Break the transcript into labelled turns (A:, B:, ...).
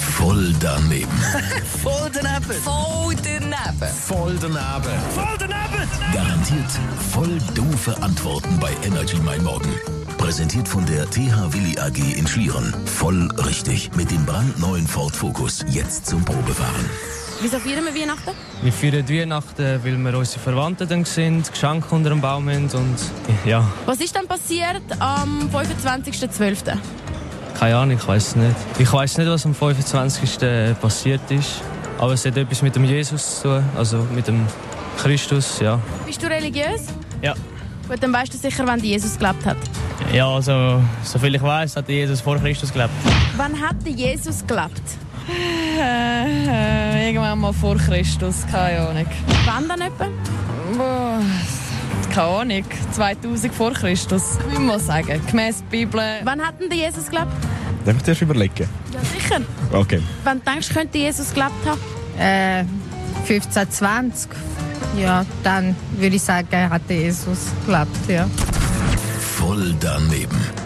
A: Voll daneben.
B: Voll daneben.
C: Voll daneben.
A: Voll daneben.
B: Voll daneben.
A: Garantiert voll doofe Antworten bei Energy Mein Morgen. Präsentiert von der TH Willi AG in Schlieren. Voll richtig. Mit dem brandneuen Ford Focus. Jetzt zum Probefahren.
C: Wieso feiern wir Weihnachten?
D: Wir feiern Weihnachten, weil wir unsere Verwandten dann sind, Geschenke unter dem Baum haben und ja,
C: Was ist denn passiert am 25.12.?
D: keine Ahnung, ich weiß nicht. Ich weiß nicht, was am 25. passiert ist, aber es hat etwas mit dem Jesus zu tun, also mit dem Christus, ja.
C: Bist du religiös?
E: Ja.
C: Gut, dann weißt du sicher, wann Jesus gelebt hat.
E: Ja, also, soviel ich weiß, hat Jesus vor Christus gelebt.
C: Wann hat der Jesus gelebt?
F: Äh, irgendwann mal vor Christus, keine Ahnung.
C: Wann dann etwa?
F: Boah, Keine Ahnung, 2000 vor Christus. Ich muss sagen, gemäß Bibel.
C: Wann hat denn der Jesus gelebt?
G: Darf ich zuerst überlegen?
C: Ja, sicher.
G: Okay.
C: Wann du denkst, könnte Jesus gelebt haben?
H: Äh, 15, 20. Ja, dann würde ich sagen, hat Jesus gelebt, ja.
A: Voll daneben.